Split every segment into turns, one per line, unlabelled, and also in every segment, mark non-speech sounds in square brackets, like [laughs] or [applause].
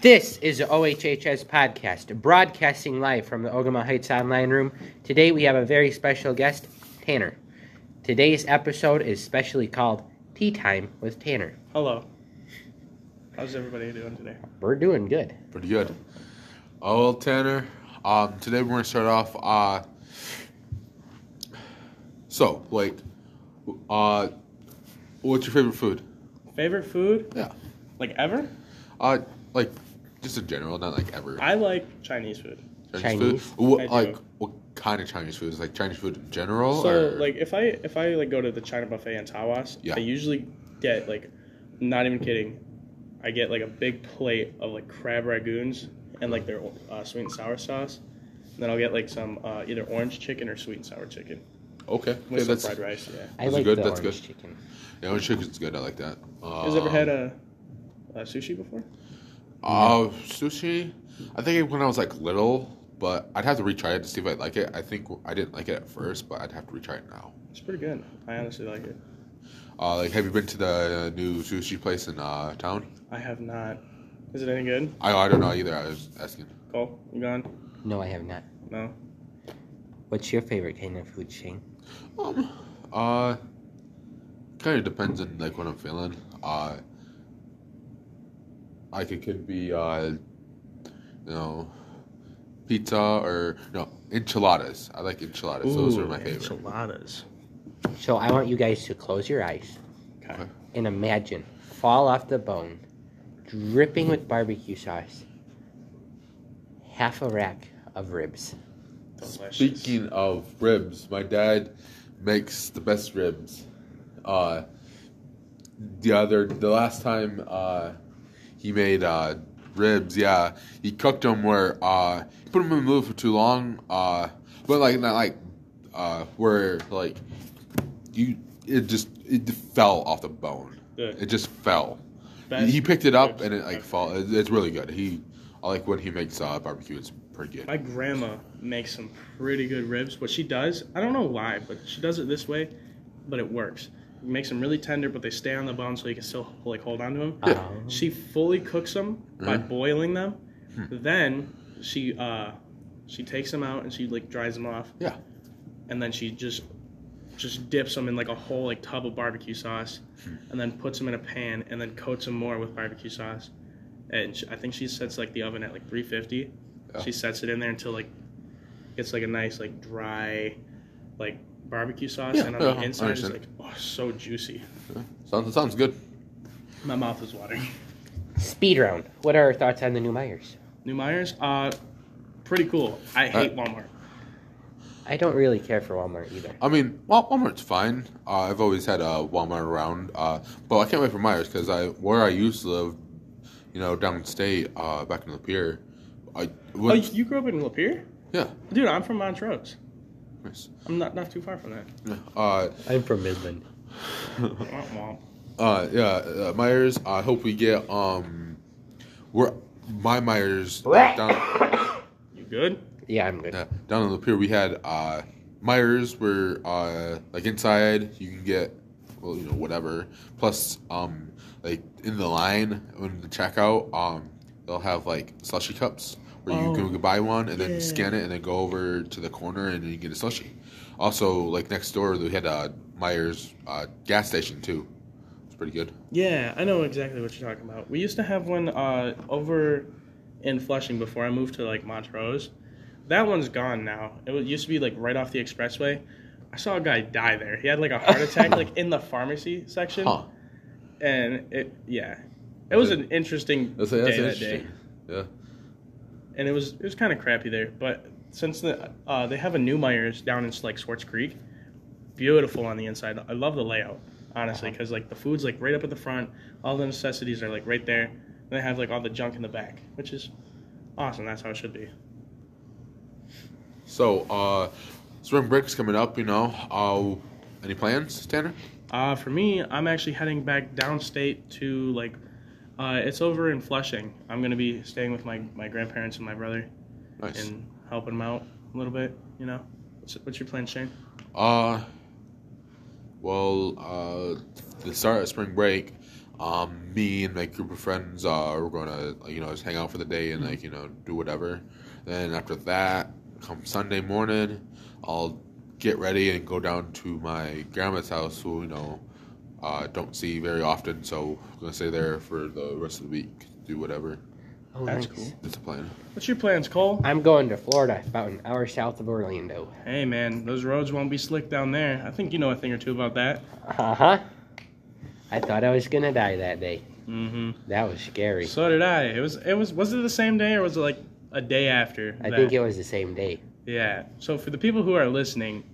This is the OHHS podcast, broadcasting live from the Ogama Heights Online Room. Today we have a very special guest, Tanner. Today's episode is specially called Tea Time with Tanner.
Hello. How's everybody doing today?
We're doing good.
Pretty good. Oh, well, Tanner. Um, today we're gonna start off. Uh, so, Blake, uh, what's your favorite food?
Favorite food?
Yeah.
Like ever?
Uh, like just in general, not like ever.
I like Chinese food.
Chinese.
food. What,
I do.
like what kind of Chinese food? Is like Chinese food in general,
So
or
like if I if I like go to the China buffet in Tawas,
Yeah.
I usually get like not even kidding. I get like a big plate of like crab ragoons and like their uh, sweet and sour sauce. And then I'll get like some uh, either orange chicken or sweet and sour chicken
okay, okay,
with some
that's
fried rice. Yeah.
I
Those are
like
good,
the
that's
orange
good.
chicken.
yeah, orange chicken's good. I like that. Um,
You guys ever had a, a sushi before?
Uh, sushi. I think when I was like little, but I'd have to retry it to see if I like it. I think I didn't like it at first, but I'd have to retry it now.
It's pretty good. I honestly like it.
Uh, like, have you been to the new sushi place in uh, town?
I have not. Is it any good?
I I don't know either. I was asking.
Cole, you gone?
No, I have not.
No.
What's your favorite kind of food, Shane?
Um, uh, kind of depends on like what I'm feeling. Uh, like it could be uh, you know, pizza or no enchiladas. I like enchiladas. Those are my favorite.
Enchiladas.
So I want you guys to close your eyes
Okay.
and imagine fall off the bone, dripping with barbecue sauce, half a rack of ribs.
Delicious.
Speaking of ribs, my dad makes the best ribs. Uh, the other, the last time uh, he made uh, ribs, yeah, he cooked them where uh, he put them in the oven for too long, uh, but like not like uh, where like you it just it fell off the bone.
Yeah.
It just fell.
Best
he picked it up
ribs
and it like
ever.
fall. It, it's really good. He I like when he makes uh, barbecue. It's pretty good.
My grandma makes some pretty good ribs. What she does, I don't know why, but she does it this way, but it works. Makes them really tender, but they stay on the bone so you can still like hold on to them.
Um,
She fully cooks them by
Mm-hmm.
boiling them.
Hmm.
Then she uh, she takes them out and she like dries them off,
Yeah.
and then she just just dips them in like a whole like tub of barbecue sauce,
Hmm.
and then puts them in a pan and then coats them more with barbecue sauce. And she, I think she sets like the oven at like 350.
Yeah.
She sets it in there until like it's like a nice like dry like barbecue sauce,
Yeah, Uh-huh.
and on
yeah,
the
I
inside it's like
understand.
oh so juicy.
Sounds sounds good.
My mouth is watering. [laughs]
Speed round. What are our thoughts on the new Myers?
New Myers, uh, pretty cool. I hate Walmart.
I don't really care for Walmart either.
I mean, Wal- Walmart's fine. Uh, I've always had a Walmart around, uh, but I can't wait for Myers because I where I used to live, you know, downstate, uh, back in Lapeer. I
Oh,
was,
you grew up in Lapeer,
yeah,
dude? I'm from Montrose.
nice.
I'm not not too far from that.
Yeah, Uh,
I'm from Midland.
Womp womp.
uh, yeah, uh, Myers. I hope we get um, where my Myers down,
You good?
Yeah, I'm good.
yeah, down in Lapeer. We had uh, Myers where uh, like inside you can get well, you know, whatever. Plus, um, like in the line when the checkout, um, they'll have like slushy cups where you
Oh.
can buy one and then
Yeah.
scan it and then go over to the corner and then you get a slushie. Also, like next door, they had a Myers uh, gas station too. It's pretty good.
Yeah, I know exactly what you're talking about. We used to have one uh, over in Flushing before I moved to like Montrose. That one's gone now. It was, used to be like right off the expressway. I saw a guy die there. He had like a
[laughs]
heart attack like in the pharmacy section,
Huh?
and it yeah, it was an interesting
That's,
day
that's
that
interesting.
day,
Yeah.
and it was it was kind of crappy there. But since the uh, they have a new Myers down in like Swartz Creek, beautiful on the inside. I love the layout, honestly, because like the food's like right up at the front. All the necessities are like right there. And they have like all the junk in the back, which is awesome. That's how it should be.
So, uh, spring break's coming up. You know, uh, any plans, Tanner?
Uh, for me, I'm actually heading back downstate to like, uh, it's over in Flushing. I'm gonna be staying with my my grandparents and my brother
Nice.
and helping them out a little bit. You know, what's, what's your plan, Shane?
Uh, well, uh, the start of spring break, Um, me and my group of friends uh, we're gonna like, you know just hang out for the day and like you know do whatever. Then after that, come Sunday morning, I'll get ready and go down to my grandma's house, who you know uh, don't see very often. So I'm gonna stay there for the rest of the week, do whatever.
Oh,
That's
nice.
cool.
That's the plan.
What's your plans, Cole?
I'm going to Florida, about an hour south of Orlando.
Hey, man, those roads won't be slick down there. I think you know a thing or two about that.
Uh huh. I thought I was gonna die that day.
Mm-hmm.
That was scary.
So did I. It was. It was. Was it the same day or was it like a day after?
I
that?
think it was the same day.
Yeah. So for the people who are listening,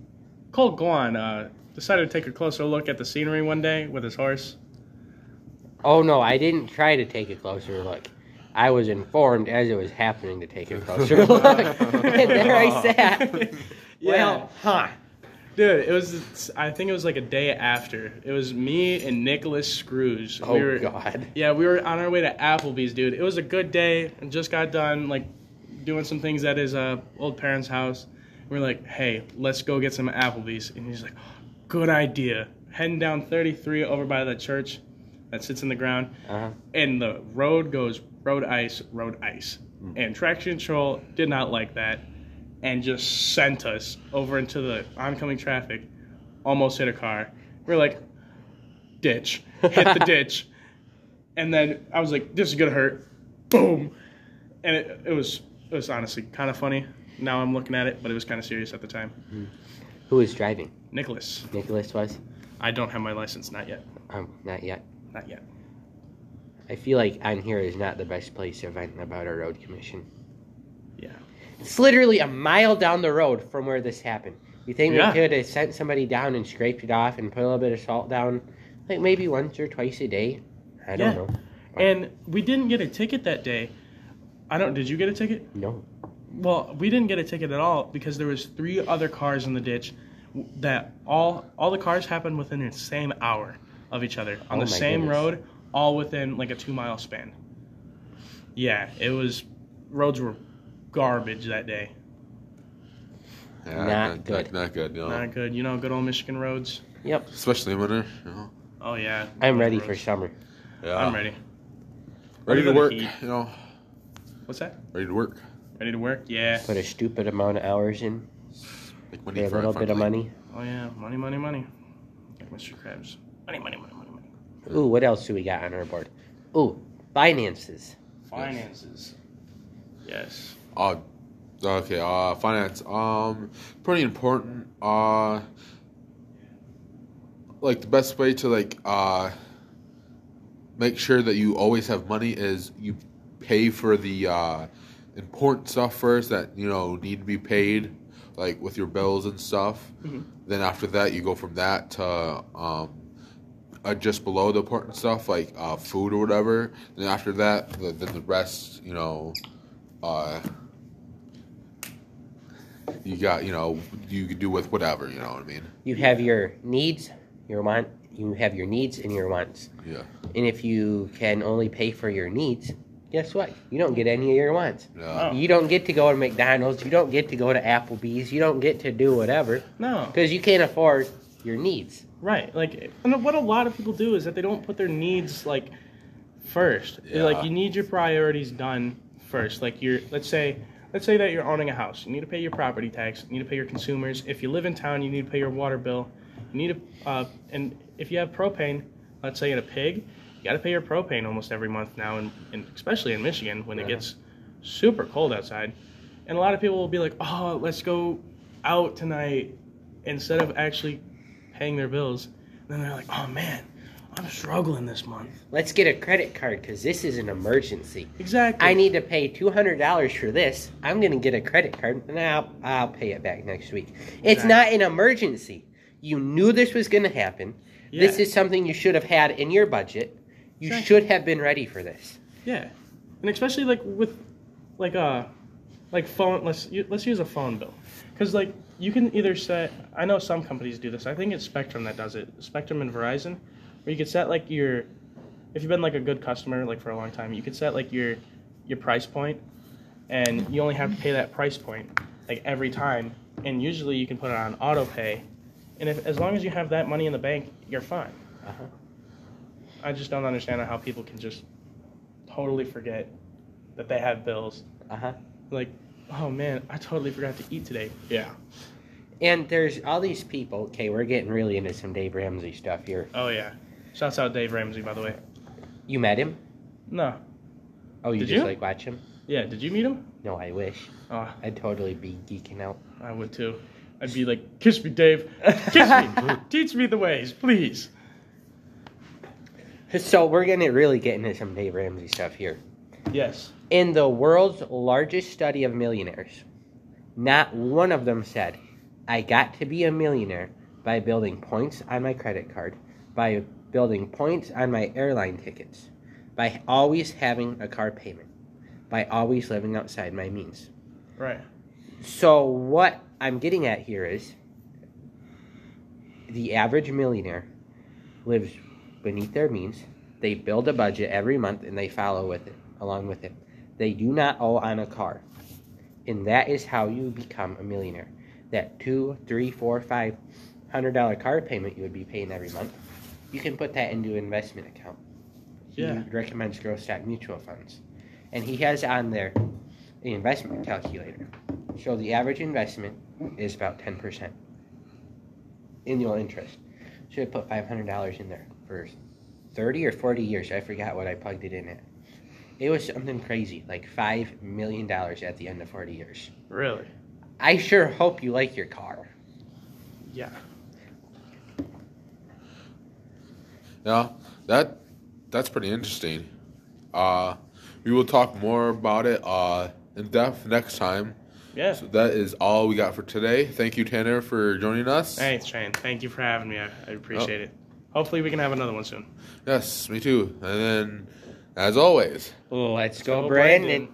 Cole Guan uh, decided to take a closer look at the scenery one day with his horse.
Oh no, I didn't try to take a closer look. I was informed as it was happening to [laughs] take a closer look. and there I sat. [laughs] Well, huh.
Dude, it was. I think it was like a day after. It was me and Nicholas Screws.
Oh
were,
God.
Yeah, we were on our way to Applebee's, dude. It was a good day. and just got done like doing some things at his uh, old parents' house. We're like, hey, let's go get some Applebee's, and he's like, "Oh, good idea. Heading down 33 over by the church that sits in the ground,
Uh-huh.
and the road goes road ice, road ice, and traction control did not like that, and just sent us over into the oncoming traffic. Almost hit a car. We're like, ditch, hit the ditch. And then I was like, this is gonna hurt. Boom. And it, it was it was honestly kind of funny. Now I'm looking at it, but it was kind of serious at the time.
Who was driving?
Nicholas,
Nicholas was.
I don't have my license, not yet,
Um, not yet.
not yet.
I feel like on here is not the best place to vent about a road commission.
Yeah.
It's literally a mile down the road from where this happened. You think
Yeah.
they could have sent somebody down and scraped it off and put a little bit of salt down, like maybe once or twice a day? I don't
Yeah.
know.
And we didn't get a ticket that day. I don't. Did you get a ticket?
No.
Well, we didn't get a ticket at all because there was three other cars in the ditch. w- That all all the cars happened within the same hour of each other on
Oh
the
my
same
goodness.
road, all within like a two mile span. Yeah, it was roads were garbage that day.
Yeah,
Not good.
Not, not good. No.
Not good. You know, good old Michigan roads.
Yep.
Especially in winter. You know?
Oh yeah.
I'm
good
ready for
roads.
summer.
Yeah.
I'm ready.
Ready
Other
to
than the
work. You
heat.
know.
What's that?
Ready to work.
Ready to work? Yeah.
Put a stupid amount of hours in,
Like when
get a
you
little bit of money.
Oh yeah. Money, money, money. Like Mr. Krabs. Money, money, money, money, money.
Ooh, what else do we got on our board? Ooh, finances.
Finances. Yes.
Uh, okay. Uh, finance. Um, pretty important. Uh, like the best way to like uh, make sure that you always have money is you pay for the uh, important stuff first that you know need to be paid, like with your bills and stuff. Then after that, you go from that to um, uh, just below the important stuff like uh, food or whatever. Then after that, the, then the rest, you know, uh, you got you know you can do with whatever. You know what I mean?
You have your needs, your want. You have your needs and your wants.
Yeah,
And if you can only pay for your needs, guess what? You don't get any of your wants.
yeah.
Oh.
You don't get to go to McDonald's. You don't get to go to Applebee's. You don't get to do whatever
No.
because you can't afford your needs.
Right. Like, and what a lot of people do is that they don't put their needs like first. They're Like,
Yeah.
you need your priorities done first. Like, you're let's say let's say that you're owning a house. You need to pay your property tax. You need to pay your consumers. If you live in town, you need to pay your water bill. You need to, uh, and if you have propane, let's say in a pig, you got to pay your propane almost every month now, and, and especially in Michigan when it gets super cold outside. And a lot of people will be like, "Oh, let's go out tonight," instead of actually paying their bills. And then they're like, "Oh man, I'm struggling this month."
Let's get a credit card because this is an emergency.
Exactly.
I need to pay two hundred dollars for this. I'm gonna get a credit card and I'll I'll pay it back next week. It's
Exactly.
not an emergency. You knew this was gonna happen. This
Yeah.
is something you should have had in your budget. You
Exactly.
should have been ready for this.
Yeah, and especially like with like uh like phone. Let's u- let's use a phone bill because like you can either set. I know some companies do this. I think it's Spectrum that does it. Spectrum and Verizon, where you could set like your if you've been like a good customer like for a long time, you could set like your your price point, and you only have to pay that price point like every time. And usually you can put it on auto pay, and if as long as you have that money in the bank, you're fine. I just don't understand how people can just totally forget that they have bills.
Uh huh.
Like, oh man, I totally forgot to eat today. Yeah.
And there's all these people. Okay, we're getting really into some Dave Ramsey stuff here.
Oh yeah. Shouts out Dave Ramsey, by the way.
You met him?
No.
Oh, you
Did
just
you?
like watch him?
Yeah. Did you meet him?
No, I wish.
Oh,
I'd totally be geeking out.
I would too. I'd be like, kiss me, Dave. Kiss [laughs] me. Teach me the ways, please.
So we're gonna really get into some Dave Ramsey stuff here.
Yes.
In the world's largest study of millionaires, not one of them said, I got to be a millionaire by building points on my credit card, by building points on my airline tickets, by always having a car payment, by always living outside my means.
Right.
So, what I'm getting at here is the average millionaire lives beneath their means. They build a budget every month and they follow with it, along with it. They do not owe on a car. And that is how you become a millionaire. That two, three, four, five hundred dollar car payment you would be paying every month, you can put that into an investment account.
Yeah.
He recommends growth stock mutual funds. And he has on there the investment calculator. So the average investment is about 10% annual interest. So I put $500 in there for 30 or 40 years. I forgot what I plugged it in at. It was something crazy, like $5 million at the end of 40 years.
Really.
I sure hope you like your car.
Yeah.
Yeah, that that's pretty interesting. Uh, we will talk more about it uh, in depth next time.
Yeah.
So that is all we got for today. Thank you, Tanner, for joining us.
Thanks, Shane. Thank you for having me. I, I appreciate it. Hopefully, we can have another one soon.
Yes, me too. And then, as always.
Let's go,
Go,
Brandon.
Brandon.